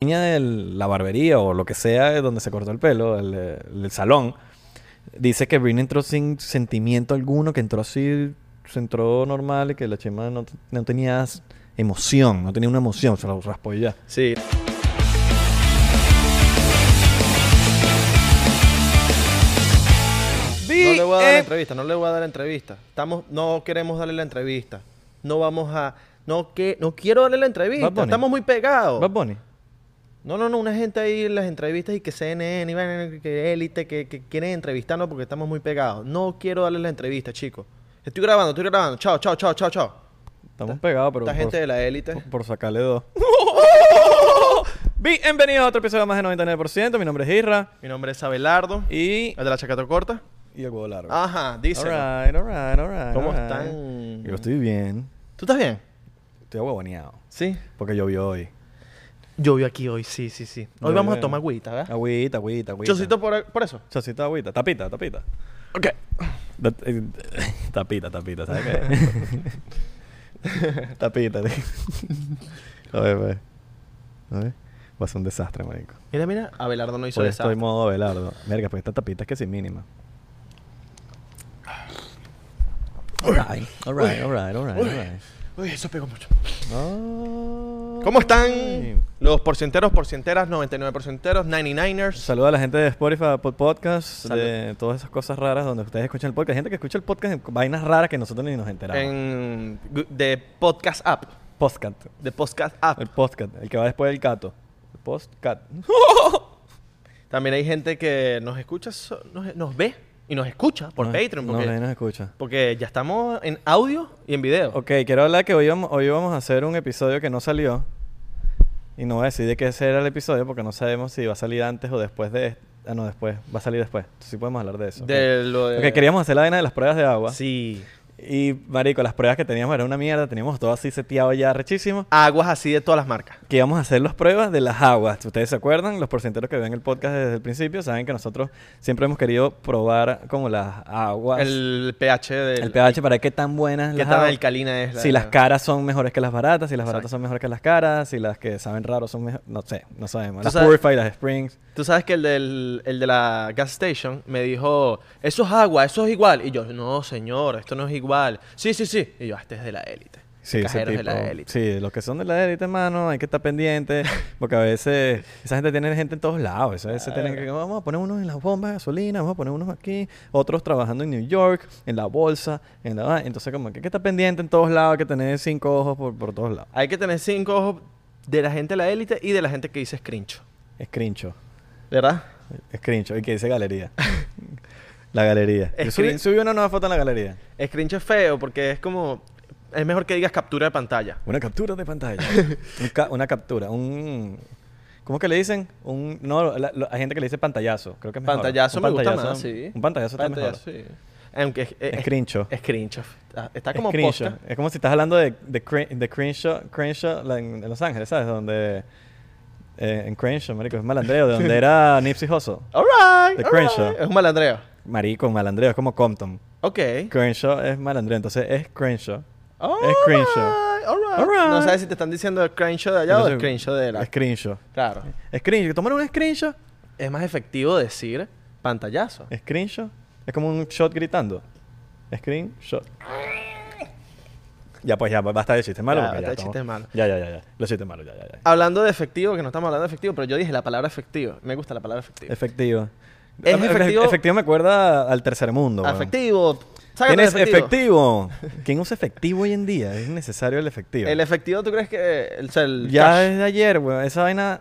tenía de la barbería o lo que sea eh, donde se cortó el pelo, el, el salón, dice que Britney entró sin sentimiento alguno, que entró así, se entró normal y que la chema no, no tenía emoción, no tenía una emoción, se la raspó y ya. Sí. No le voy a dar eh, la entrevista, no le voy a dar la entrevista. Estamos, no queremos darle la entrevista. No vamos a. No, que, no quiero darle la entrevista. Bad Bunny. Estamos muy pegados. Bad Bunny. No, no, no, una gente ahí en las entrevistas y que CNN, y vaina, que élite, que, que quieren entrevistarnos porque estamos muy pegados. No quiero darles la entrevista, chicos. Estoy grabando, estoy grabando. Chao, chao, chao, chao, chao. Estamos pegados, pero Esta por- gente de la ¡Oh! élite. por, por sacarle dos. Bienvenidos a otro episodio más de 99%. Mi nombre es Isra Mi nombre es Abelardo. y, ¿El de la chaqueta corta? y el huevo largo. Ajá, Ah, dice. Alright, alright, alright. ¿Cómo alright. están? Yo estoy bien. ¿Tú estás bien? Estoy aguaboneado. Sí. Porque llovió hoy. Llovió aquí hoy, sí, sí, sí. Hoy Llovió. vamos a tomar agüita, ¿verdad? Agüita, agüita, agüita. ¿Ah? Chocito por, por eso. Chocito de agüita. Tapita, tapita. Ok. Da- eh, tapita, tapita, ¿sabes qué? tapita. tío. a ver, a ver. A ver. Va a ser un desastre, marico. Mira, mira, Abelardo no hizo Hoy desastre. estoy modo velardo. Verga, porque esta tapita es que sin mínima. Alright, alright, alright, alright, alright. Uy, eso pegó mucho. Oh. Ay. ¿Cómo están los porcienteros, porcienteras, 99 porcienteros, 99ers? Saluda a la gente de Spotify, Pod Podcast, Salud. de todas esas cosas raras donde ustedes escuchan el podcast. Hay gente que escucha el podcast en vainas raras que nosotros ni nos enteramos. En, gu- de Podcast App. Podcast. De Podcast App. El podcast, el que va después del cato. El podcast. También hay gente que nos escucha, so- nos, nos ve y nos escucha por No, Patreon. Ah, No, Porque, nadie nos escucha. porque ya estamos en audio y en video. Ok, quiero hablar que hoy vamos, hoy vamos a hacer un episodio que no salió. Y no voy a decir de qué será el episodio porque no sabemos si va a salir antes o después de... este. Ah, no, después. Va a salir después. Entonces sí podemos hablar de eso. ok. De lo de- Ok, queríamos hacer la vaina de las pruebas de agua. Sí. Y, marico, las pruebas que teníamos eran una mierda. Teníamos todo así seteado ya rechísimo. Aguas así de todas las marcas. que íbamos a hacer las pruebas de las aguas. Ustedes se acuerdan, los porcenteros que ven el podcast desde el principio saben que nosotros siempre hemos querido probar como las aguas, el, El pH del... pH para qué tan buenas ¿Qué las tan aguas. alcalina es la... si las caras son mejores que las baratas, si las baratas Exacto. son mejores que las caras, si las que saben raro son mejores, no sé, no sabemos. Tú Las sabes- Purify, las Springs. Tú sabes que el, del, el de la gas station me dijo, eso es agua, eso es igual. Y yo, no, señor, esto no es igual. Sí, sí, sí. Y yo, "Ah, este es de la élite. Sí, ese Cajeros de tipo. la élite. Sí, los que son de la élite, mano, hay que estar pendiente, porque a veces esa gente tiene gente en todos lados. Esa gente tiene que, vamos a poner unos en las bombas de gasolina, vamos a poner unos aquí, otros trabajando en New York, en la bolsa, en la... va- Entonces, como que hay que estar pendiente en todos lados, hay que tener cinco ojos por, por todos lados. Hay que tener cinco ojos de la gente de la élite y de la gente que dice scrincho. Escrincho, ¿Verdad? escrincho, y que dice galería. la galería. Yo subí, Escrin- subí una nueva foto en la galería. Scrincho es feo porque es como... Es mejor que digas captura de pantalla. Una captura de pantalla. Un ca- una captura, un... ¿Cómo que le dicen? Un, no, la- la- hay gente que le dice pantallazo. Creo que es mejor. Pantallazo Un me gusta pantallazo- más, sí. Un pantallazo, está mejor. sí. Aunque es, es, Screenshot. es crincho. Está, está como Screenshot. posta. Es como si estás hablando de, de, cre- de Crenshaw, Crenshaw la- en, en Los Ángeles, ¿sabes? Donde... eh, en Crenshaw, marico, es malandreo. De donde era Nipsey Hussle. All right, De all right. screenshot. Es un malandreo. Marico, malandreo. Es como Compton. Ok. Crenshaw es malandreo. Entonces es Crenshaw. Alright, screenshot. Oh, alright. Alright. No sabes si te están diciendo screenshot de allá o Entonces, screenshot de la. Screenshot. Claro. Screenshot. ¿Tomar un screenshot? Es más efectivo decir pantallazo. Screenshot. Es como un shot gritando. Screenshot. Ya, pues ya, basta de chistes malos. Ya, porque basta de estamos- chistes malos. Ya, ya, ya, ya. Los chistes malos, ya, ya, ya. Hablando de efectivo, que no estamos hablando de efectivo, pero yo dije la palabra efectivo. Me gusta la palabra efectivo. Efectivo. Es Efe- efectivo- efectivo me acuerda al tercer mundo. weón. Afectivo. Sácate ¿Quién el es efectivo? ¿Quién usa efectivo hoy en día? Es necesario el efectivo. El efectivo, ¿tú crees que el, o sea, el ya cash? desde ayer, weón. Esa vaina,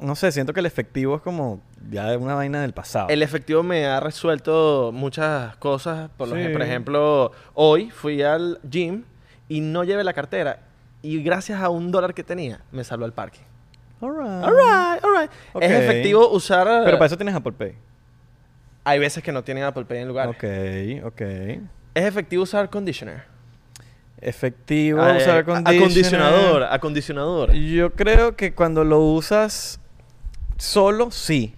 no sé, siento que el efectivo es como ya es una vaina del pasado. El efectivo me ha resuelto muchas cosas. Por, lo Sí. ej- por ejemplo, hoy fui al gym y no llevé la cartera. Y gracias a un dólar que tenía, me salvó el parking. Alright. Alright, alright. Ok. Es efectivo usar. Pero para eso tienes Apple Pay. Hay veces que no tienen Apple Pay en lugar. Ok, ok. Es efectivo usar conditioner. Efectivo, Ah, usar eh, conditioner. Acondicionador, acondicionador. Yo creo que cuando lo usas solo, sí.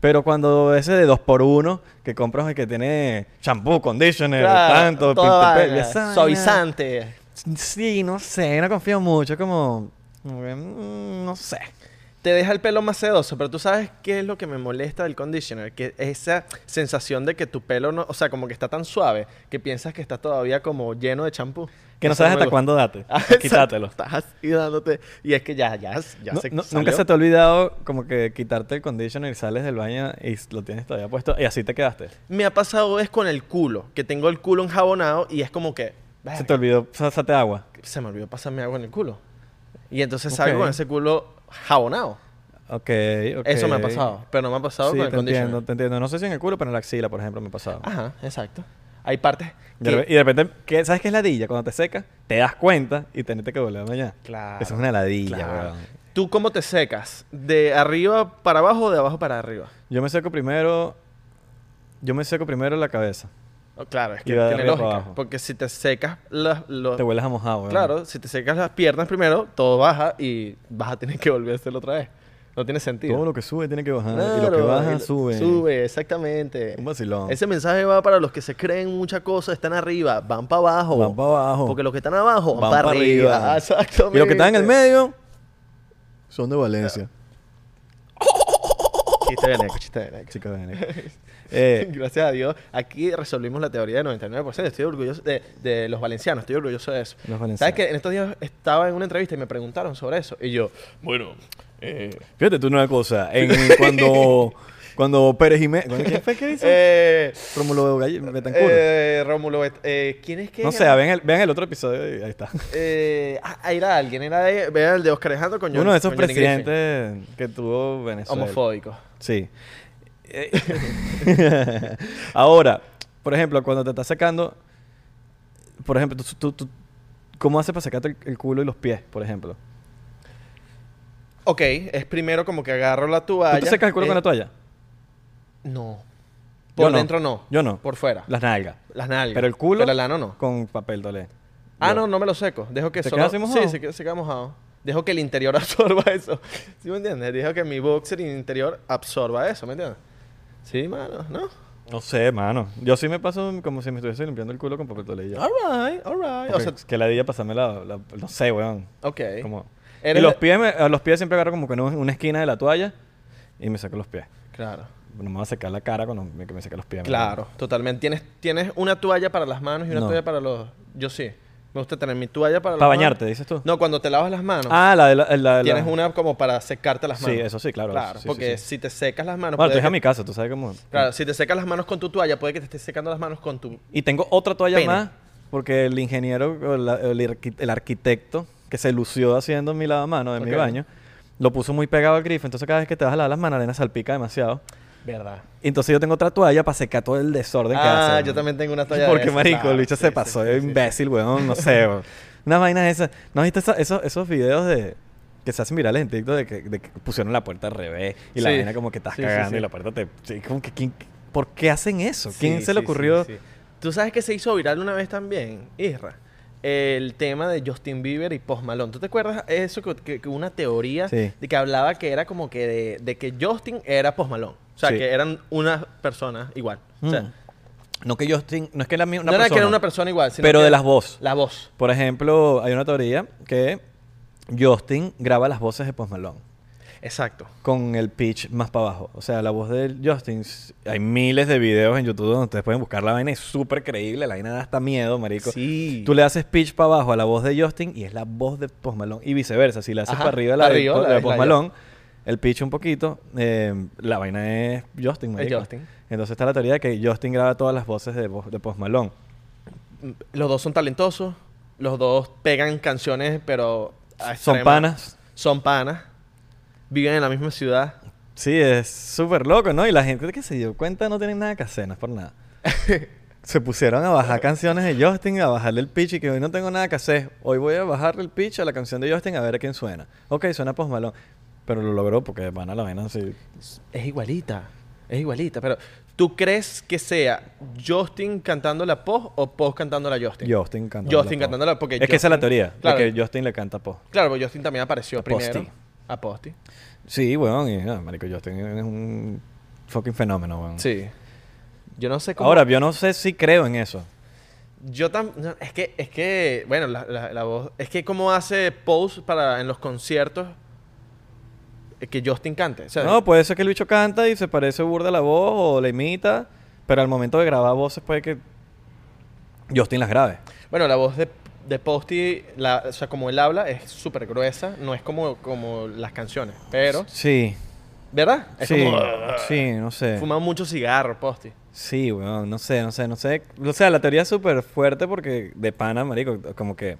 Pero cuando ese de 2x1 que compras el que tiene shampoo, conditioner, Claro, tanto, toda pin- vaina. esa vaina- Suavizante. Sí, no sé, no confío mucho, como. como que, mm, No sé. te deja el pelo más sedoso, pero tú sabes qué es lo que me molesta del conditioner, que es esa sensación de que tu pelo no, o sea, como que está tan suave que piensas que está todavía como lleno de champú. Que no Eso sabes me hasta gusta. cuándo date. Ah, exacto. Quitátelo. Estás y dándote y es que ya ya ya No- se no- salió. nunca se te ha olvidado como que quitarte el conditioner y sales del baño y s- lo tienes todavía puesto y así te quedaste. Me ha pasado es con el culo, que tengo el culo enjabonado y es como que Se verga, te olvidó pasarte agua. se me olvidó pasarme agua en el culo. Y entonces salgo Ok. con ese culo jabonado. Ok, ok. Eso me ha pasado, pero no me ha pasado Sí, con el te entiendo, conditioner. Ah, te entiendo. No sé si en el culo, pero en la axila, por ejemplo, me ha pasado. Ajá, exacto. Hay partes Y que- de, repe- y de repente, ¿qué- ¿sabes qué es ladilla? Cuando te seca, te das cuenta y tenés que volver mañana. Claro. Eso es una ladilla, Claro. weón. ¿Tú cómo te secas? ¿De arriba para abajo o de abajo para arriba? Yo me seco primero. Yo me seco primero la cabeza. Oh, claro, es que Y de tiene arriba para lógica. abajo. Porque si te secas las... los- Te hueles a mojado, weón. claro, si te secas las piernas primero, todo baja y vas a tener que volver a hacerlo otra vez. No tiene sentido. Todo lo que sube tiene que bajar. Ah, y lo Claro, que baja, y lo- sube. Sube, exactamente. Un vacilón. Ese mensaje va para los que se creen mucha cosa, están arriba, van para abajo. Van pa' abajo. Porque los que están abajo van, Van para pa' arriba. Ah, arriba. Y Exactamente. los que están en el medio son de Valencia. Chiste de Neco, chiste de Neco. Chicos, ven. Eh, Gracias a Dios, aquí resolvimos la teoría del 99%. Estoy orgulloso de, de los valencianos, estoy orgulloso de eso. Los valencianos. ¿Sabes que En estos días estaba en una entrevista y me preguntaron sobre eso. Y yo, Bueno, eh, fíjate tú una cosa. En, cuando, cuando Pérez Jiménez. ¿Quién fue que hizo? eh, Rómulo Galle- Betancourt. eh, Rómulo, Bet- eh, ¿quién es que no era? sé, vean el, vean el otro episodio y ahí está. Eh, ah, ah, era alguien, era, de- era el de Oscar Alejandro con John- Uno de esos con Johnny Griffin. presidentes que tuvo Venezuela. Homofóbico. Sí. Eh, Ahora, por ejemplo, cuando te estás secando, por ejemplo, tú, tú- tú- ¿cómo haces para secarte el, el culo y los pies, por ejemplo? Ok, es primero como que agarro la toalla. ¿Tú te secas el culo eh, con la toalla? No. Por no. dentro no. Yo no. Por fuera. Las nalgas. Las nalgas. Pero el culo- Pero el ano no. Con papel dolé. Ah, Yo- no, no me lo seco. Dejo que ¿Te solo... queda así mojado? Sí, se, queda- se queda mojado. Dejo que el interior absorba eso. ¿Sí me entiendes? Dejo que mi boxer interior absorba eso, ¿me entiendes? Sí, mano, ¿no? No sé, mano. Yo sí me paso como si me estuviese limpiando el culo con papel dolé. y ya. Alright, alright. Ah, O Porque sea, que la dilla pasarme la, la- No sé, weón. ok. Como... Y Eres- los pies, me- a los pies siempre agarro como que en un- una esquina de la toalla y me saco los pies. Claro. No me va a secar la cara cuando me, que me seque los pies. ¿me Claro, totalmente. ¿Tienes, tienes una toalla para las manos y una No. toalla para los... Yo sí. Me gusta tener mi toalla para ¿Para las bañarte, manos. dices tú? ah, No, cuando te lavas las manos. Ah, la de la. la de la- Tienes una como para secarte las Sí, manos. eso sí, claro, Claro, sí, sí, porque sí. si te secas las manos... Bueno, tú puede eres a que- mi casa, tú sabes cómo. Claro, si te secas las manos con tu toalla, puede que te estés secando las manos con tu... Y tengo otra toalla Pene. más, porque el ingeniero, o la- el, arqui- el arquitecto que se lució haciendo mi lavamano de mi Ok. baño, lo puso muy pegado al grifo. Entonces, cada vez que te vas a lavar las manos, la arena salpica demasiado. Verdad. Y Entonces, yo tengo otra toalla para secar todo el desorden que hace. Ah, weón. yo también tengo una toalla de Porque, esas, marico, claro, el bicho sí, se sí, pasó sí, de sí. imbécil, weón. No sé, weón. Unas vainas esas. ¿No has visto esa- esos, esos videos de que se hacen virales en TikTok de que, de que pusieron la puerta al revés y la Sí. vaina como que estás Sí, sí, cagando sí. y la puerta te. sí, como que, ¿quién- ¿Por qué hacen eso? ¿Quién Sí, se le sí, ocurrió? sí, sí. Tú sabes que se hizo viral una vez también, Isra. El tema de Justin Bieber y Post Malone. ¿Tú te acuerdas eso? Que, que- que una teoría Sí. de que hablaba que era como que de, de que Justin era Post Malone. O sea, Sí. que eran unas personas igual. O sea, Mm. No que yo estoy- no es que la mi- una no era que persona, era una persona igual, sino pero que de las voces. La voz. Por ejemplo, hay una teoría que Justin graba las voces de Post Malone Exacto. con el pitch más para abajo. O sea, la voz de Justin, s- hay miles de videos en YouTube donde ustedes pueden buscar la vaina, es súper creíble, la vaina da hasta miedo, marico. Sí. Tú le haces pitch para abajo a la voz de Justin y es la voz de Post Malone y viceversa. Si le haces Ajá, para arriba a la, arriba, de, Po- la de de- Post la de- Malone, el pitch un poquito, eh, la vaina es Justin, marico. Justin. Entonces está la teoría de que Justin graba todas las voces de, vo- de Post Malone. Mm, Los dos son talentosos. Los dos pegan canciones, pero... a Son extrema- panas. Son panas. Viven en la misma ciudad. Sí, es súper loco, ¿no? Y la gente que se dio cuenta no tienen nada que hacer, no es por nada. se pusieron a bajar canciones de Justin, a bajarle el pitch y que hoy no tengo nada que hacer. Hoy voy a bajarle el pitch a la canción de Justin a ver a quién suena. Ok, suena Post Malone. Pero lo logró porque van a la vaina así. Es igualita. Es igualita. Pero, ¿tú crees que sea Justin cantando la Post o Post cantando la Justin? Justin cantando. Justin cantándola, porque Es que esa es la Justin- teoría. Claro. Porque Justin le canta Post. Claro, porque Justin también apareció A Posti. primero. A Posti. Sí, weón. Y, ah, marico, Justin es un fucking fenómeno, weón. Sí. Yo no sé cómo... Ahora, yo no sé si creo en eso. Yo también... Es que, es que... Bueno, la, la- la voz... Es que cómo hace Post para en los conciertos... eh, que Justin cante. O sea, No, puede ser que el bicho canta y se parece burda a la voz o la imita, pero al momento de grabar voces puede que Justin las grabe. Bueno, la voz de, de Posty, la, o sea, como él habla, es súper gruesa. No es como, como las canciones, pero... Sí, ¿Verdad? Es sí, como... sí, no sé. Fumaba mucho cigarro, Posty. Sí, weón, no sé, no sé, no sé. O sea, la teoría es súper fuerte porque de pana, marico, como que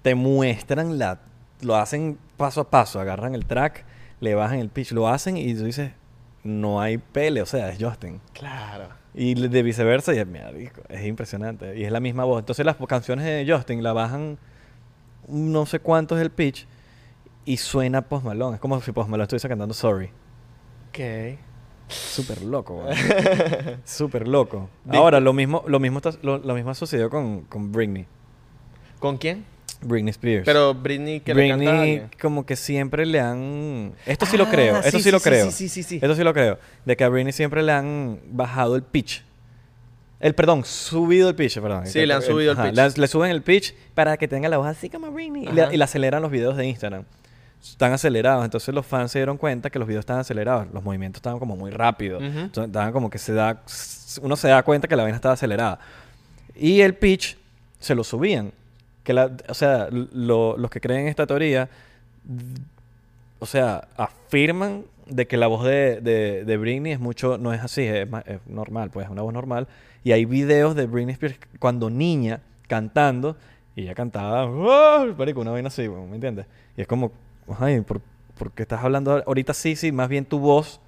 te muestran la... Lo hacen paso a paso, agarran el track, le bajan el pitch, lo hacen y tú dices, no hay pele, o sea, es Justin. Claro. Y le- de viceversa, y es, marico, es impresionante. Y es la misma voz. Entonces las po- canciones de Justin la bajan no sé cuánto es el pitch y suena Post Malone. Es como si Post Malone estuviese cantando Sorry. Ok. Súper loco, weón. Súper loco. Ahora, lo mismo, lo mismo, está- lo, lo mismo sucedió con, con Britney. ¿Con quién? Britney Spears. Pero Britney que le canta a Britney alguien. como que siempre le han... Esto sí Ah, lo creo, esto sí, lo creo. Sí, sí, sí. sí. Esto sí lo creo. De que a Britney siempre le han bajado el pitch. El, perdón, subido el pitch, perdón. Sí, le han subido el ajá, pitch. Le, le suben el pitch para que tenga la voz así como Britney. Y le, Ajá. y le aceleran los videos de Instagram. Están acelerados. Entonces los fans se dieron cuenta que los videos estaban acelerados. Los movimientos estaban como muy rápidos. Ujú. Entonces, estaban como que se da... Uno se da cuenta que la vaina estaba acelerada. Y el pitch se lo subían. Que la, o sea, lo- los que creen en esta teoría o sea, afirman de que la voz de, de, de Britney es mucho, no es así, es, ma- es normal, pues es una voz normal. Y hay videos de Britney Spears cuando niña cantando y ella cantaba, ¡Wow! Marico, una vaina así, weón, ¿me entiendes? Y es como, ay, ¿por, por qué estás hablando ahora? ahorita? Sí, sí, más bien tu voz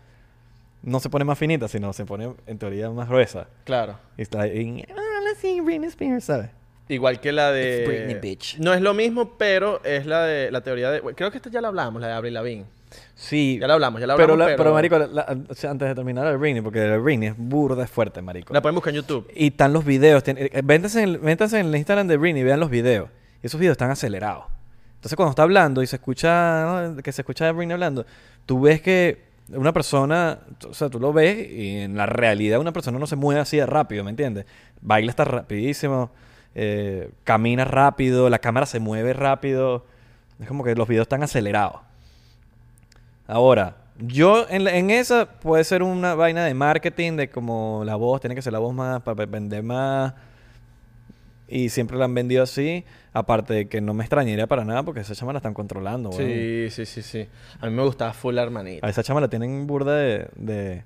no se pone más finita, sino se pone en teoría más gruesa. Claro. Y está ahí, "Ah, sí, Britney Spears, ¿sabes? Igual que la de... It's Britney, bitch. No es lo mismo, pero es la de la teoría de... Creo que esta ya la hablamos, la de Avril Lavigne. Sí. Ya la hablamos, ya la pero, hablamos, la- pero- pero, marico, la- la- o sea, antes de terminar, el Britney, porque el Britney es burda, es fuerte, marico. La pueden buscar en YouTube. Y están los videos. Tien- eh, Véntanse en, el- véntanse en el Instagram de Britney y vean los videos. Y esos videos están acelerados. Entonces, cuando está hablando y se escucha, ¿no? que se escucha a Britney hablando, tú ves que una persona, o sea, tú lo ves y en la realidad una persona no se mueve así de rápido, ¿me entiendes? Baila está rapidísimo, eh, camina rápido, la cámara se mueve rápido. Es como que los videos están acelerados. Ahora, yo en, la- en esa puede ser una vaina de marketing, de como la voz, tiene que ser la voz más para vender más. Y siempre la han vendido así. Aparte de que no me extrañaría para nada porque esa chama la están controlando, weón. Sí, sí, sí, sí. A mí me gustaba full la hermanita. A esa chama la tienen burda de, de-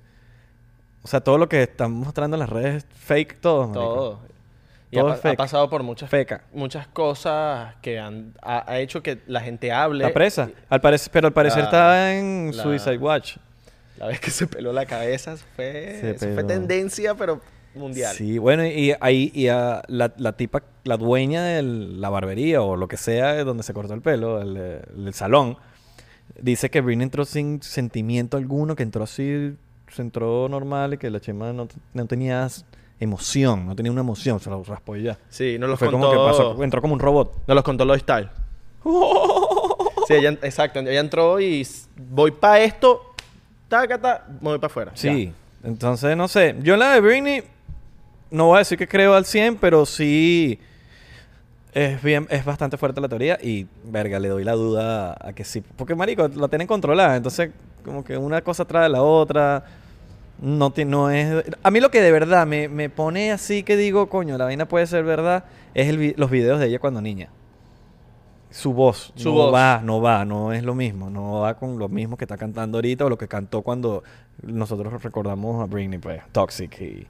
O sea, todo lo que están mostrando en las redes es fake, todo. marico. Todo. Y Todo ha, es pa- ha fake. pasado por muchas, Feca. muchas cosas que han, ha, ha hecho que la gente hable. Está presa. Al parece- pero al parecer La- está en la- Suicide Watch. La vez que se peló la cabeza eso fue, Se eso fue peló. tendencia, pero mundial. Sí, bueno, y ahí y a la, la tipa, la dueña de la barbería o lo que sea de donde se cortó el pelo, el, eh, el salón, dice que Britney entró sin sentimiento alguno, que entró así, se entró normal y que la chema no, no tenía s- emoción, no tenía una emoción, se la raspó y ya. Sí, nos los Fue contó. como que pasó, entró como un robot. Nos los contó Lois Style. Sí, ella, exacto. Ella entró y s- voy para esto, taca, ta, me voy para afuera. Sí, entonces no sé. Yo en la de Britney no voy a decir que creo al 100, pero sí es bien es bastante fuerte la teoría y verga, le doy la duda a que sí, porque marico la tienen controlada, entonces como que una cosa trae a la otra. No, ti- no es... A mí lo que de verdad me, me pone así que digo, coño, la vaina puede ser verdad, es el vi- los videos de ella cuando niña. Su voz. Su no voz. va, no va, no es lo mismo. No va con lo mismo que está cantando ahorita o lo que cantó cuando nosotros recordamos a Britney, pues, Toxic y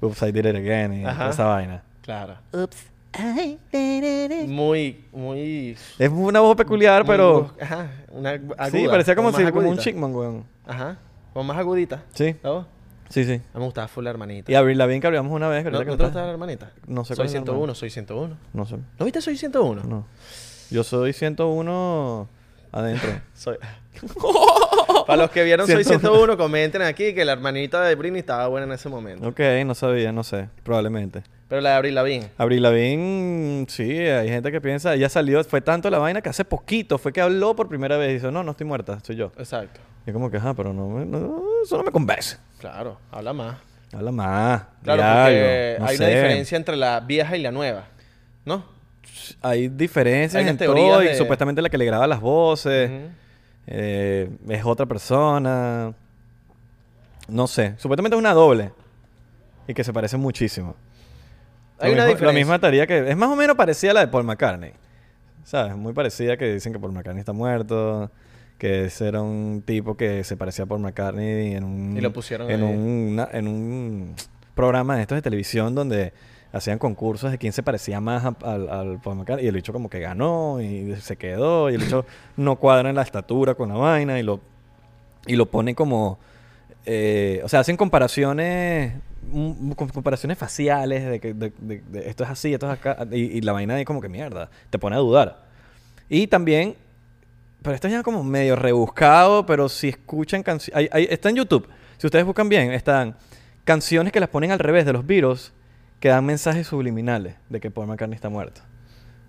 Oops, I Did It Again y Ajá. toda esa vaina. Ya. Claro. Oops. I did it again. Muy, muy. Es una voz peculiar, muy pero... brus- Ajá. Una agu- aguda. sí, parecía como, más si, como un agudita. chickman, weón. Ajá. Como más agudita. Sí, ¿La voz? sí, sí. A mí me gustaba full la hermanita. Y Avril Lavigne que hablamos una vez. que ¿No, ahorita ¿no que te estás- gustaba la hermanita? No sé cuál Soy es la 101, hermana. soy 101. No sé. ¿No viste Soy 101? No. Yo soy 101 adentro. Soy... Para los que vieron Soy 101. 101, comenten aquí que la hermanita de Britney estaba buena en ese momento. ok, no sabía, no sé. Probablemente. Pero la de Abril Lavigne. Abril Lavigne, sí, hay gente que piensa, ya salió, fue tanto la vaina que hace poquito fue que habló por primera vez y dijo, no, no estoy muerta, soy yo. Exacto. Y como que, ajá, pero no, me- no, eso no me convence. Claro, habla más. Habla más. di Claro, porque algo, no hay una sé. diferencia entre la vieja y la nueva, ¿no? Hay diferencias Hay unas en todo teorías y de- supuestamente la que le graba las voces. Ujú. eh, es otra persona. No sé. Supuestamente es una doble. Y que se parece muchísimo. Lo Hay una mismo- La diferencia. misma teoría que. Es más o menos parecida a la de Paul McCartney. ¿Sabes? Muy parecida que dicen que Paul McCartney está muerto. Que ese era un tipo que se parecía a Paul McCartney en un. Y lo pusieron en ahí. un, na- en un programa de estos de televisión donde hacían concursos de quién se parecía más a- al, al Paul McCartney. Y el bicho como que ganó y se quedó. Y el bicho no cuadra en la estatura con la vaina y lo, y lo pone como... eh, o sea, hacen comparaciones mm, com- comparaciones faciales de que de- de- de esto es así, esto es acá. Y, y la vaina ahí como que mierda. Te pone a dudar. Y también... Pero esto es ya como medio rebuscado, pero si escuchan canciones... Está en YouTube. Si ustedes buscan bien, están canciones que las ponen al revés de los virus que dan mensajes subliminales de que Paul McCartney está muerto.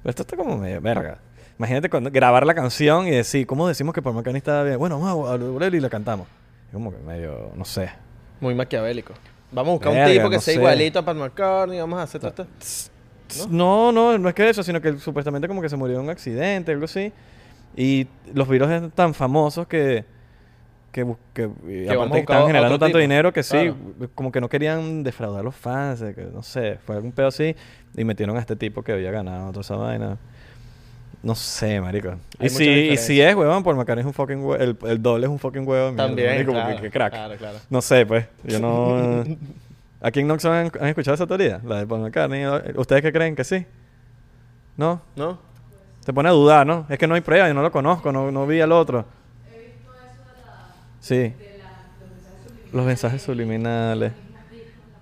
Pero esto está como medio verga. Imagínate cuando- grabar la canción y decir, ¿cómo decimos que Paul McCartney está bien? Bueno, vamos a volver y la cantamos. Es como que medio, no sé. Muy maquiavélico. Vamos a buscar un Verga, tipo que no sea sé. Ah, igualito a Paul McCartney. Vamos a hacer todo esto. No, no, no es que eso, sino que él supuestamente como que se murió en un accidente, algo así. Y los virus eran tan famosos que... Que, bus- que, y Que aparte vamos a que buscar estaban generando otro tanto tipo. dinero que sí, Claro. como que no querían defraudar a los fans, de que, no sé, fue algún pedo así. Y metieron a este tipo que había ganado toda esa vaina. No sé, marico. Hay Y mucha si, y si diferencia. es, huevón, por Macarena es un fucking hue- El, el doble es un fucking huevo. de mierda, También. marico, porque claro, qué crack. Claro, claro. No sé, pues. Yo no. ¿Aquí en Noxon han, han escuchado esa teoría? La de Paul McCartney. ¿Ustedes qué creen que sí? ¿No? ¿No? Te pone a dudar, ¿no? Es que no hay prueba, yo no lo conozco, no, no vi al otro. Sí. Los mensajes subliminales.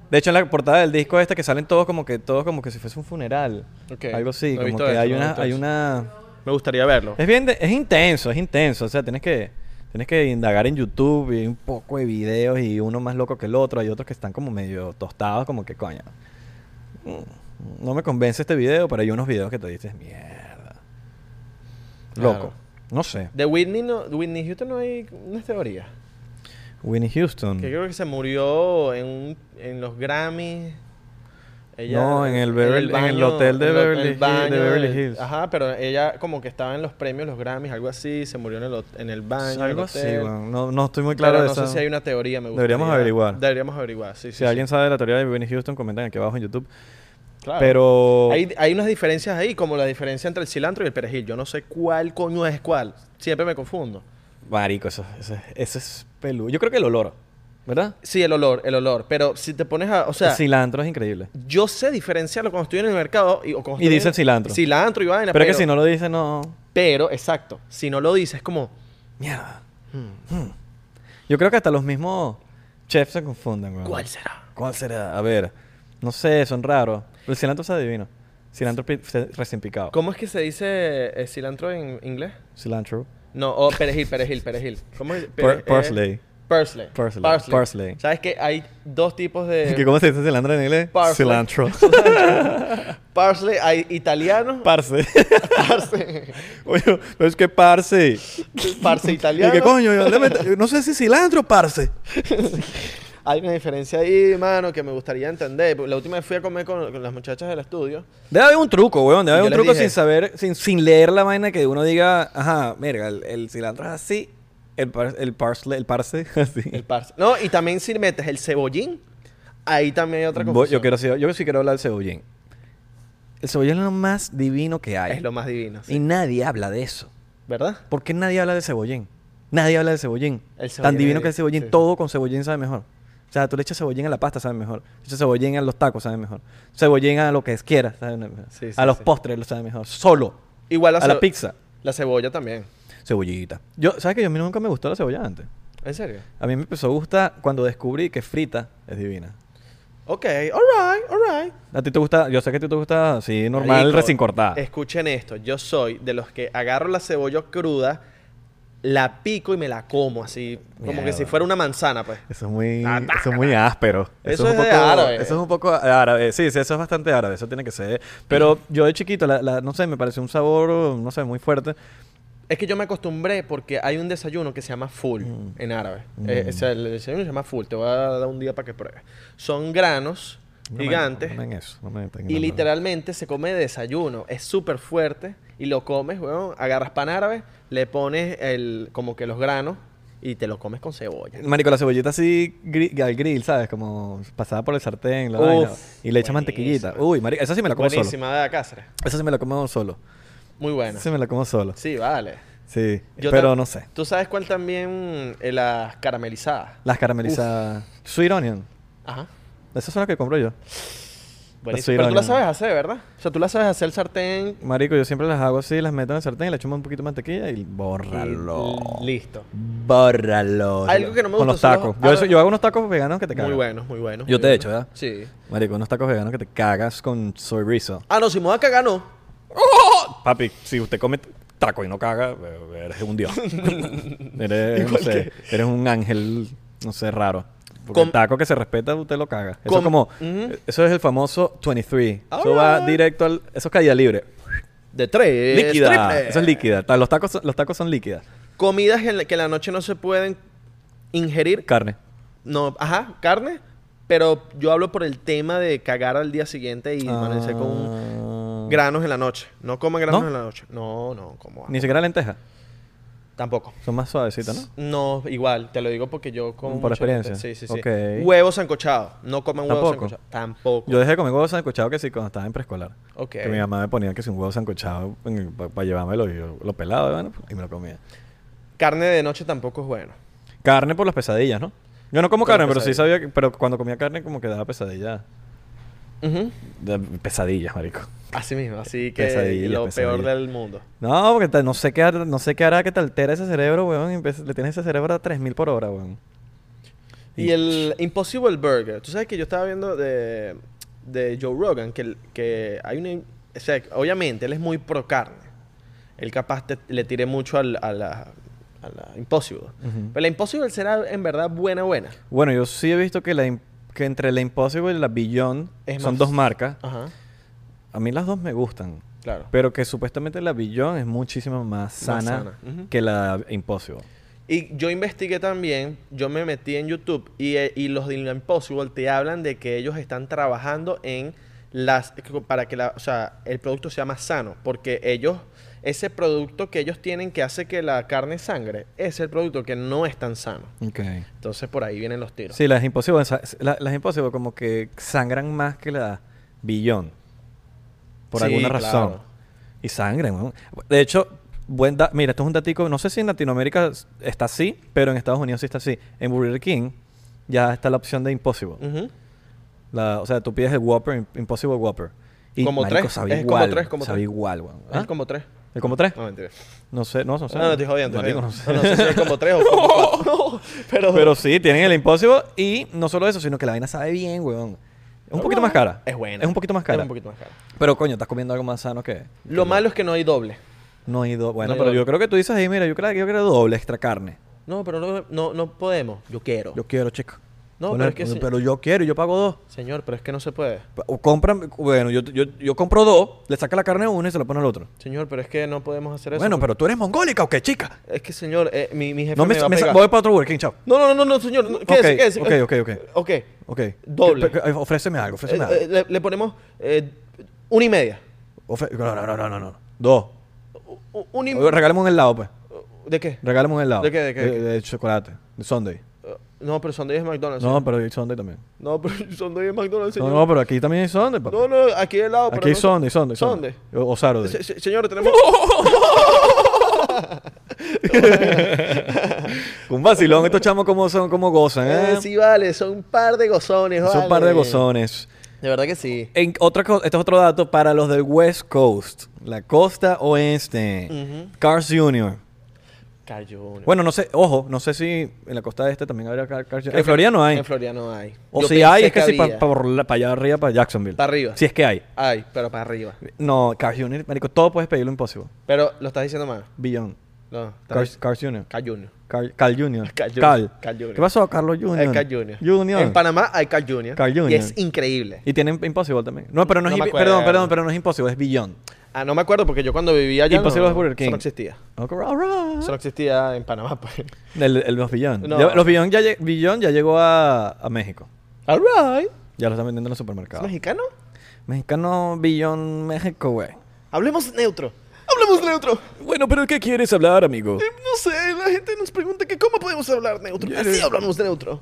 De hecho, en la portada del disco este que salen todos como que todos como que si fuese un funeral. Ok. Algo así, No he como visto que eso, hay no he una visto hay eso. una Me gustaría verlo. es bien, de- es intenso, es intenso. O sea, tienes que, tienes que indagar en YouTube y hay un poco de videos y uno más loco que el otro. Hay otros que están como medio tostados, como que coño. mm, No me convence este video, pero hay unos videos que te dices, mierda. Loco. Claro. No sé. De Whitney, no, de Whitney Houston no hay una teoría. Winnie Houston. Que creo que se murió en, un- en los Grammys. Ella- No, en el Beverly- en el hotel de en lo- en Beverly el Hill- de Beverly Hills. Ajá, pero ella como que estaba en los premios, los Grammys, algo así, se murió en el, hot- en el baño. en el Algo así, hotel. weón. no, no estoy muy Pero claro de no esa- sé si hay una teoría, me gustaría. Deberíamos averiguar. Deberíamos averiguar, sí, sí. Si sí. alguien sabe la teoría de Winnie Houston, comenten aquí abajo en YouTube. Claro. Pero. Hay, hay unas diferencias ahí, como la diferencia entre el cilantro y el perejil. Yo no sé cuál coño es cuál. Siempre me confundo. Marico, eso, eso, eso es peludo. Yo creo que el olor, ¿verdad? Sí, el olor, el olor. Pero si te pones a... O sea, el cilantro es increíble. yo sé diferenciarlo cuando estoy en el mercado y, o cuando Y estoy dicen en- cilantro. Cilantro y vaina. Pero, es que si no lo dice, no. Pero, exacto. Si no lo dices, es como... Mierda. Hmm. Yo creo que hasta los mismos chefs se confunden, weón. ¿Cuál será? ¿Cuál será? A ver. No sé, son raros. Pero el cilantro se adivino. Cilantro pi- se- recién picado. ¿Cómo es que se dice eh, cilantro en inglés? Cilantro. No, o perejil, perejil, perejil. ¿Cómo es? Par- Pere- parsley. eh, parsley. Parsley. Parsley. Parsley. ¿Sabes que hay dos tipos ¿Que de... ¿Cómo se dice cilantro en inglés? eh, Parsley. Cilantro. Parsley, hay italiano. Parce. Parsley. Oye, pero es que parce. Parsley ¿Y italiano. qué coño? Yo le met- No sé si cilantro, parce. Hay una diferencia ahí, mano, que me gustaría entender. La última vez fui a comer con, con las muchachas del estudio. Debe haber un truco, weón. Debe Y haber yo un les truco dije- sin saber, sin, sin leer la vaina que uno diga, ajá, mira, el, el cilantro es así, el, par- el parsley, el parsley, así. El parce. No, y también si metes el cebollín, ahí también hay otra Voy- confusión. yo, quiero, sí- yo sí quiero hablar del cebollín. El cebollín es lo más divino que hay. Es lo más divino, sí. Y nadie habla de eso. ¿Verdad? ¿Por qué nadie habla de cebollín? Nadie habla del cebollín. El Tan cebollín divino es- que el cebollín, sí. todo con cebollín sabe mejor. O sea, tú le echas cebollín a la pasta, sabe mejor. Le echas cebollín a los tacos, sabe mejor. Cebollín a lo que quieras, sabe mejor. Sí, sí, a los sí. postres, lo sabe mejor. Solo. Igual a la cebo- pizza. La cebolla también. Cebollita. Yo, ¿sabes que yo a mí nunca me gustó la cebolla antes? ¿En serio? A mí me empezó a gustar cuando descubrí que frita es divina. Ok, alright, alright. A ti te gusta, yo sé que a ti te gusta así normal, Marico, recién cortada. Escuchen esto, yo soy de los que agarro la cebolla cruda, la pico y me la como así, como que Mierda. si fuera una manzana, pues. Eso es muy, Ah, tá, eso es muy áspero. Eso es de árabe. Eso es un poco árabe. Sí, sí, eso es bastante árabe. Eso tiene que ser. Pero yo de chiquito, la, la- no sé, me pareció un sabor, no sé, muy fuerte. Es que yo me acostumbré porque hay un desayuno que se llama full Mm. en árabe. Eh, o sea, el desayuno se llama full. Te voy a dar un día para que pruebes. Son granos No me- Gigante. No me en eso. No me metan en Y la- literalmente se come de desayuno. Es súper fuerte. Y lo comes, weón. Agarras pan árabe, le pones el, como que los granos y te lo comes con cebolla. Marico, la cebollita así gri- al grill, ¿sabes? Como pasada por el sartén, la Uf, vaina. Y le echa buenísima. mantequillita. Uy, marico, esa sí me la como solo. Buenísima de Cáceres. Esa sí me la como solo. Muy buena. Esa sí me la como solo. Sí, vale. Sí. Yo Pero tam- no sé. ¿Tú sabes cuál también? Eh, las caramelizadas. Las caramelizadas. Sweet onion. Ajá. Esas son las que compro yo. Buenísimo. sweet Pero tú las onion. sabes hacer, ¿verdad? O sea, tú las sabes hacer el sartén. Marico, yo siempre las hago así, las meto en el sartén y le echo un poquito de mantequilla y bórralo. y Listo. Bórralo. Algo que no me Con gustó los son tacos. los- Yo, eso- yo hago unos tacos veganos que te cagas. Muy buenos, muy buenos. Yo muy te he buenos. hecho, ¿verdad? Sí. Marico, unos tacos veganos que te cagas con soy rizo. Ah, no, si me voy a cagar, no. Papi, si usted come taco y no caga, eh, eres un dios. eres, no sé, eres un ángel, no sé, raro. Porque Com- el taco que se respeta, usted lo caga. Eso Com- es como... Ujú. Eso es el famoso 23. Eso va Alright. directo al... Eso es caída libre. De tres. líquida. triple. Eso es líquida. Ta- Los tacos, son- los tacos son líquidas. Comidas en la- que en la noche no se pueden ingerir. Carne. No, ajá, carne. Pero yo hablo por el tema de cagar al día siguiente y amanecer con Ah. granos en la noche. No coman granos ¿No? en la noche. No, no, como Ni siquiera lenteja. Tampoco. Son más suavecitas, ¿no? No, igual, te lo digo porque yo como Por mucha gente- experiencia. Sí, sí, sí. Ok. Huevos sancochados. No coman huevos Tampoco. sancochados. Tampoco. Yo dejé de comer huevos sancochados que sí cuando estaba en preescolar. Ok. Que mi mamá me ponía que si un huevo sancochado para llevármelo y yo lo pelaba bueno, y me lo comía. Carne de noche tampoco es bueno. Carne por las pesadillas, ¿no? Yo no como Por las carne, pero sí pesadillas. sabía que... Pero cuando comía carne como que daba pesadillas. Ujú. Da- Pesadillas, marico. Así mismo, así que Pesadilla, lo peor pesadilla. del mundo. No, porque te- no, sé qué, har- no sé qué hará que te altera ese cerebro, weón. y empieza- Le tienes ese cerebro a 3000 por hora, weón. Y el Impossible Burger. Tú sabes que yo estaba viendo de, de Joe Rogan que, el- que hay una... O sea, obviamente él es muy pro carne. Él capaz te- le tire mucho al- a la, a la Impossible. Ujú. Pero la Impossible será en verdad buena, buena. Bueno, yo sí he visto que, la, im- que entre la Impossible y la Beyond Es son más- dos marcas. Ajá, A mí las dos me gustan. claro. Pero que supuestamente la Beyond es muchísimo más Más sana, sana, ujú. que la Impossible. Y yo investigué también, yo me metí en YouTube y, eh, y los de Impossible te hablan de que ellos están trabajando en las para que la, o sea, el producto sea más sano, porque ellos ese producto que ellos tienen que hace que la carne sangre, es el producto que no es tan sano. Ok. Entonces por ahí vienen los tiros. Sí, las Impossible, sa- la- las Impossible como que sangran más que la Beyond. Por Sí, alguna claro. razón. Y sangran, weón. De hecho, buen da- mira, esto es un datico. No sé si en Latinoamérica s- está así, pero en Estados Unidos sí está así. En Burger King ya está la opción de Impossible. Ujú. La- o sea, tú pides el Whopper, Im- Impossible Whopper. Como marico, tres, sabe es como igual, tres, como sabe tres. igual, weón. Es como tres. ¿El como tres? No, mentira. Ah. No sé, no, no sé. no, no, estoy jodiendo. estoy Marico, no sé. jodiendo. No, no sé si es como tres o como cuatro. pero, Pero sí, tienen el Impossible y no solo eso, sino que la vaina sabe bien, weón. Es un poquito más cara. es buena. Es un poquito más cara. Es un poquito más cara. Pero coño, estás comiendo algo más sano que... Lo malo es que no hay doble. No he ido... Bueno, No he pero ido. yo creo que tú dices ahí, mira, yo creo que yo quiero doble extra carne. No, pero no, no, no podemos. Yo quiero. Yo quiero, chico. No, Bueno, pero es que sí. Pero yo quiero y yo pago dos. Señor, pero es que no se puede. O compran... Bueno, yo, yo, yo compro dos, le saca la carne a uno y se la pone al otro. Señor, pero es que no podemos hacer eso. Bueno, porque- pero tú eres mongólica o qué, chica. Es que, señor, eh, mi, mi jefe No me, me, va a me sa- pegar. voy para otro Burger King, chao. No, no, no, no, señor. no, quédese, Ok, quédese. ok, eh, ok, ok. Ok. Ok. Doble. Pe- pe- eh, ofréceme algo, Eh, ofréceme algo. eh, le, le ponemos eh, una y media. Ofre- no, no, no, no, no, no. Dos. U- Una y... Regálame un helado, pues. ¿De qué? Regálame un helado. ¿De qué, de qué, de qué? Ah, chocolate. De Sunday. Eh, No, pero son de McDonald's. No, señor. pero hay Sunday también. No, pero son de McDonald's, No, señor. no, pero aquí también hay Sunday, papá. No, no, aquí al lado. aquí hay Sunday, Sunday, Sunday. O, o Saturday. Se- se- señor, tenemos... Un vacilón. Estos chamos como son, como gozan, ¿eh? Eh, sí, vale. Son un par de gozones, son vale. un par de gozones. De verdad que sí. En otra co- este es otro dato para los del West Coast. La costa oeste. Ujú. Cars Jr. Cayó una. Bueno, no sé, ojo, no sé si en la costa este también habría Car- Cars Jr. Creo En que Florida no hay. En Florida no hay. O Yo si hay, pensé es que sí, para había. allá arriba, para Jacksonville. Pa' arriba. Si es que hay. Ay, pero para arriba. No, Cars Jr., marico, todo puedes pedirlo imposible. Pero lo estás diciendo mal. Beyond. No, estás Cars, dic- Cars Jr. Cal Junior. Cal, Cal Jr. Cal Jr. Cal. Cal Jr. ¿Qué pasó? Carlos Jr. Hay Cal Junior. Junior. En Panamá hay Cal Junior. Cal Junior. Y es increíble. Y tienen Impossible también. No, pero no, No es me Imp- Perdón, acuerdo. perdón, pero no es Impossible, es Beyond. Ah, no me acuerdo porque yo cuando vivía allá. Imposible no, es Burger King. Eso no existía. Ok, all right. Eso no existía en Panamá, pues. El, el- los Beyond. No. Ya- los Beyond ya, lle- Beyond ya llegó a, a México. All right. Ya lo están vendiendo en los ¿Es supermercados. mexicano? Mexicano Billón México, güey. Hablemos neutro. Hablemos neutro. Bueno, pero ¿qué quieres hablar, amigo? Eh, no sé, la gente nos pregunta que cómo podemos hablar neutro. Yeah. Así hablamos neutro.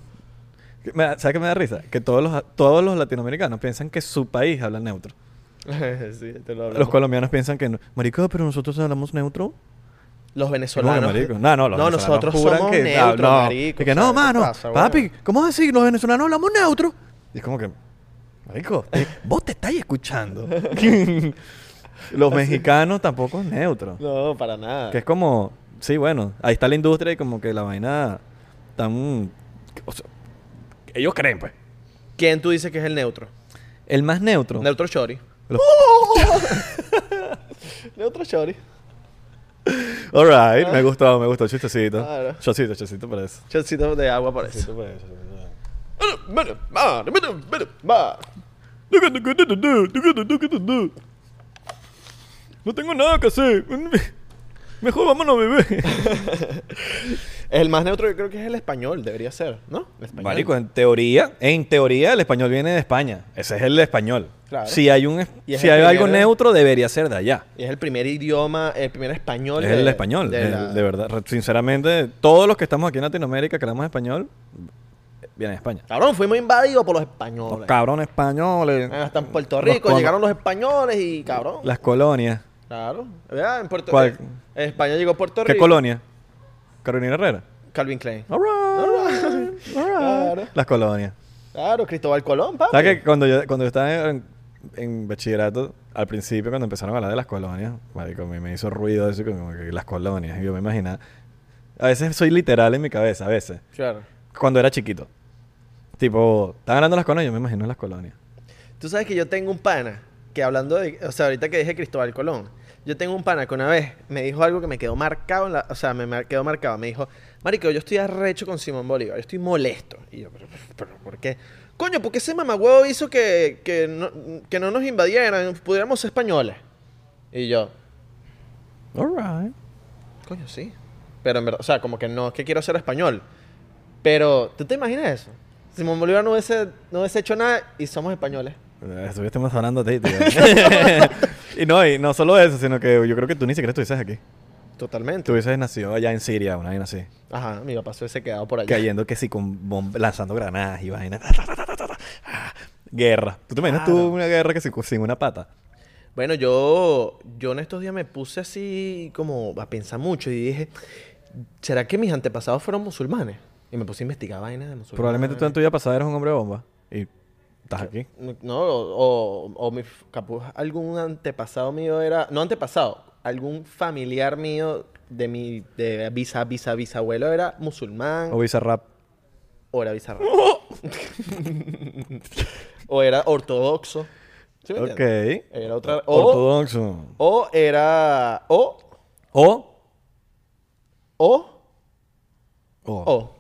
Que me da- ¿Sabes qué me da risa? Que todos los, todos los latinoamericanos piensan que su país habla neutro. sí, te lo hablamos. Los colombianos piensan que, no. marico, pero nosotros hablamos neutro. Los venezolanos. No, marico. No, no, los venezolanos nosotros juran somos que, neutros, no, marico. Y que o sea, no, ¿qué mano, pasa, papi, weón? ¿cómo así? Los venezolanos hablamos neutro. Y es como que, marico, te- vos te estáis escuchando. los mexicanos tampoco es neutro. No, para nada. Que es como, sí, bueno, ahí está la industria y como que la vaina tan... o sea, ellos creen, pues. ¿Quién tú dices que es el neutro? El más neutro. Neutro Chori. Los- Neutro Chori. All right, me gustó, me gustó, chistecito. Claro. Chocito, chocito para eso. Chocito de agua por eso. Chocito para eso, chocito para eso. No tengo nada que hacer. Mejor vámonos, bebé. El más neutro yo creo que es el español, debería ser, ¿no? El español. Marico, en teoría, en teoría el español viene de España. Ese es el español. Claro. Si hay un es- Y es si el hay algo primero. neutro debería ser de allá. Y es el primer idioma, el primer español. Es de- el español, de es- la- de verdad. Re- Sinceramente, todos los que estamos aquí en Latinoamérica que hablamos español vienen de España. Cabrón, fuimos invadidos por los Los españoles. cabrones españoles. Ah, Hasta en Puerto Los Rico cono- llegaron los españoles y cabrón. Las colonias. Claro. ¿Verdad? En Puerto ¿Cuál? En España llegó Puerto Rico. ¿Qué colonia? Carolina Herrera. Calvin Klein. All right, all right. Claro. Las colonias. Claro, Cristóbal Colón, papi. ¿Sabes que cuando yo, cuando yo estaba en, en bachillerato, al principio, cuando empezaron a hablar de las colonias, marico, me, me hizo ruido eso, como que las colonias. Y yo me imaginaba. A veces soy literal en mi cabeza, a veces. Claro. Cuando era chiquito. Tipo, están hablando de las colonias, yo me imagino las colonias. Tú sabes que yo tengo un pana que hablando de. O sea, ahorita que dije Cristóbal Colón. Yo tengo un pana que una vez me dijo algo que me quedó marcado. En la, o sea, me mar- quedó marcado. Me dijo, Marico, yo estoy arrecho con Simón Bolívar. Yo estoy molesto. Y yo, ¿pero, pero por qué? Coño, ¿por qué ese mamagüevo hizo que, que, no, que no nos invadieran? Pudiéramos ser españoles. Y yo, All right. Coño, sí. Pero en verdad, o sea, como que no es que quiero ser español. Pero, ¿tú te imaginas eso? Simón Bolívar no hubiese, no hubiese hecho nada y somos españoles. Eh, Estuviésemos hablando de ti, tío. y no, y no solo eso, sino que yo creo que tú ni siquiera estuvieses aquí. Tú Totalmente. hubieses nacido allá en Siria, una vaina así. Ajá, mi papá se hubiese quedado por allá. Cayendo que sí, con bom- lanzando granadas y vainas. Ta, ta, ta, ta, ta, ta, ta. Ah, Guerra. ¿Tú te imaginas Claro. tú una guerra que sí, con- sin una pata? Bueno, yo, yo en estos días me puse así como a pensar mucho y dije, ¿será que mis antepasados fueron musulmanes? Y me puse a investigar vainas de musulmanes. Probablemente tú en tu vida pasada eras un hombre bomba y estás aquí. No, o, o, o mi- capaz algún antepasado mío era, no antepasado, algún familiar mío de mi de visa, visa, bisabuelo era musulmán, O bizarrap. o era bizarro, o era ortodoxo. ¿Sí me Ok. entiendes? Era otra, o, Ortodoxo. o era, o, O. o, O. o.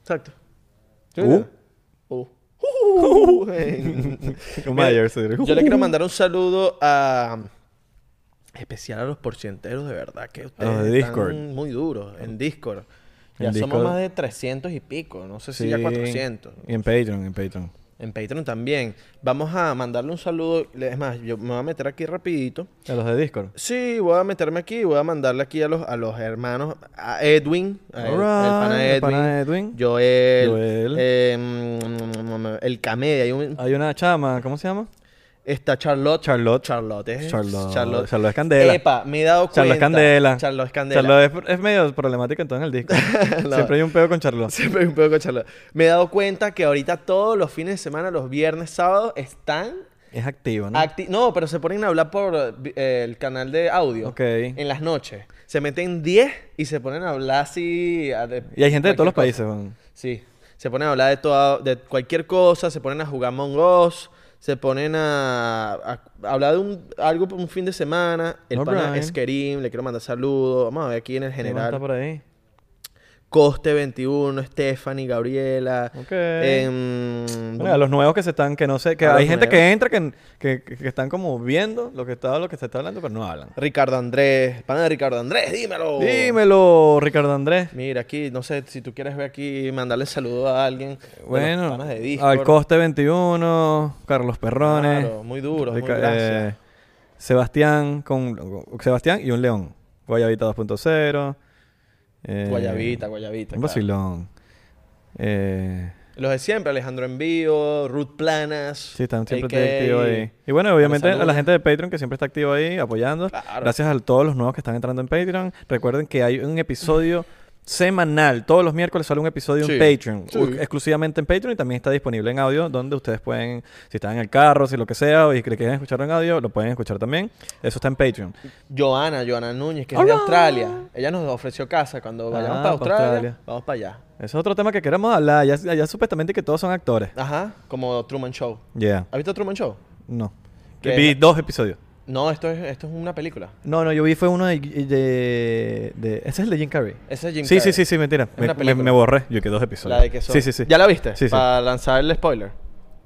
Exacto. ¿Sí U. me entiendes? U. Como Mira, ayer se dijo. Yo le quiero mandar un saludo a especial a los porcienteros de verdad que ustedes Ah, de Discord. están muy duros en Discord. Ya En somos Discord. más de 300 y pico, no sé si Sí. ya 400. Y en Patreon, en Patreon. En Patreon también. Vamos a mandarle un saludo, es más, yo me voy a meter aquí rapidito. A los de Discord. Sí, voy a meterme aquí, voy a mandarle aquí a los, a los hermanos, a Edwin, a el, el pana Alright, el Edwin, pana Edwin. Joel, Joel. eh, mm, el Camedia, hay un- Hay una chama, ¿cómo se llama? Está Charlotte. Charlotte. Charlotte. es- Charlotte. Charlotte es Candela. Epa, me he dado cuenta. Charlotte Candela. Charlotte es Candela. Charlotte es, es medio problemática entonces en el Discord. No. Siempre hay un peo con Charlotte. Siempre hay un poco Charlotte. Me he dado cuenta que ahorita todos los fines de semana, los viernes, sábados, están... Es activa, ¿no? acti- no, pero se ponen a hablar por eh, el canal de audio. Ok. En las noches. Se meten 10 y se ponen a hablar así... a de- y hay gente de todos los cualquier países, man. cosa. Sí. Se ponen a hablar de, toda, de cualquier cosa, se ponen a jugar mongos, se ponen a, a- a hablar de un, algo por un fin de semana. El pana Alright. es Kerim, le quiero mandar saludos. Vamos a ver aquí en el ¿Quién más está general. por ahí? Coste 21, Stephanie, Gabriela. Ok. em, Bueno, a los nuevos que se están, que no sé, que A los hay gente que nuevos. entra que, que, que están como viendo lo que está, lo que se está hablando, pero no hablan. Ricardo Andrés, pana de Ricardo Andrés, dímelo. Dímelo, Ricardo Andrés. Mira, aquí, no sé, si tú quieres ver aquí, mandarle saludo a alguien. de los Bueno, panas de Discord. al coste 21, Carlos Perrones, Claro, muy duro, muy Rica- gracias. eh, Sebastián con Sebastián y un león. Guayabita 2.0. eh, Guayabita, guayabita. Un claro. vacilón. Eh, Los de siempre, Alejandro Envío, Ruth Planas. sí, están siempre AK, activos ahí. Y bueno, obviamente a la saludos. gente de Patreon que siempre está activa ahí apoyando. Claro. Gracias a todos los nuevos que están entrando en Patreon. Recuerden que hay un episodio semanal. Todos los miércoles sale un episodio Sí. en Patreon. Sí. u- Exclusivamente en Patreon y también está disponible en audio donde ustedes pueden, si están en el carro, si lo que sea, o y que quieren escucharlo en audio, lo pueden escuchar también. Eso está en Patreon. Joana, Joana Núñez, que es de Hola. Australia. Ella nos ofreció casa cuando vayamos Ah, para para Australia, Australia. Vamos para allá. Ese es otro tema que queremos hablar. Ya, ya supuestamente que todos son actores. Ajá, como Truman Show. Yeah. ¿Has visto Truman Show? No. Que- Vi dos episodios. No, esto es, esto es una película. No, no, yo vi fue uno de... de, de- ese es el de Jim Carrey. Ese es Jim sí, sí, Carrey. sí, sí, mentira. Es Me, una me- película. me borré. Yo que dos episodios. La de que son- Sí, sí, sí. ¿Ya la viste? Sí, sí. Para lanzar el spoiler.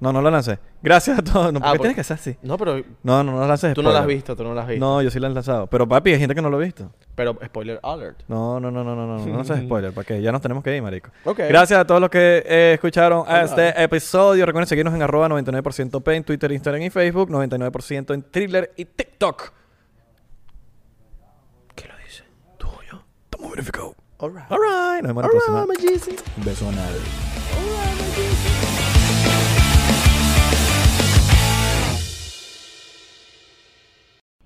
No, no la lancé. Gracias a todos. No, ¿Por Ah, qué por- tienes que hacer así? No, pero No, no, no la lances. tú no la has spoiler. visto, tú no la has visto. No, yo sí la he lanzado. Pero papi, hay gente que no lo ha visto. Pero spoiler alert. No, no, no, no, no, no, no, no lances spoiler, ¿para qué? Ya nos tenemos que ir, marico. Ok. Gracias a todos los que eh, escucharon a Hola. este episodio. Recuerden seguirnos en arroba 99% P en Twitter, Instagram y Facebook, 99% en Thriller y TikTok. ¿Qué lo dice? ¿Tú o yo? Estamos verificados. Alright. All right, nos vemos en la próxima. Alright, my Jesus. Beso anal.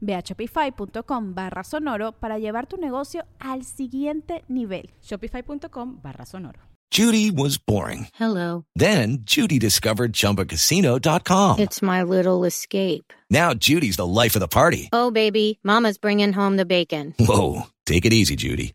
Ve a shopify.com barra sonoro para llevar tu negocio al siguiente nivel. Shopify.com barra sonoro. Judy was boring. Hello. Then Judy discovered ChumbaCasino.com. It's my little escape. now Judy's the life of the party. Oh, baby, Mama's bringing home the bacon. Whoa, take it easy, Judy.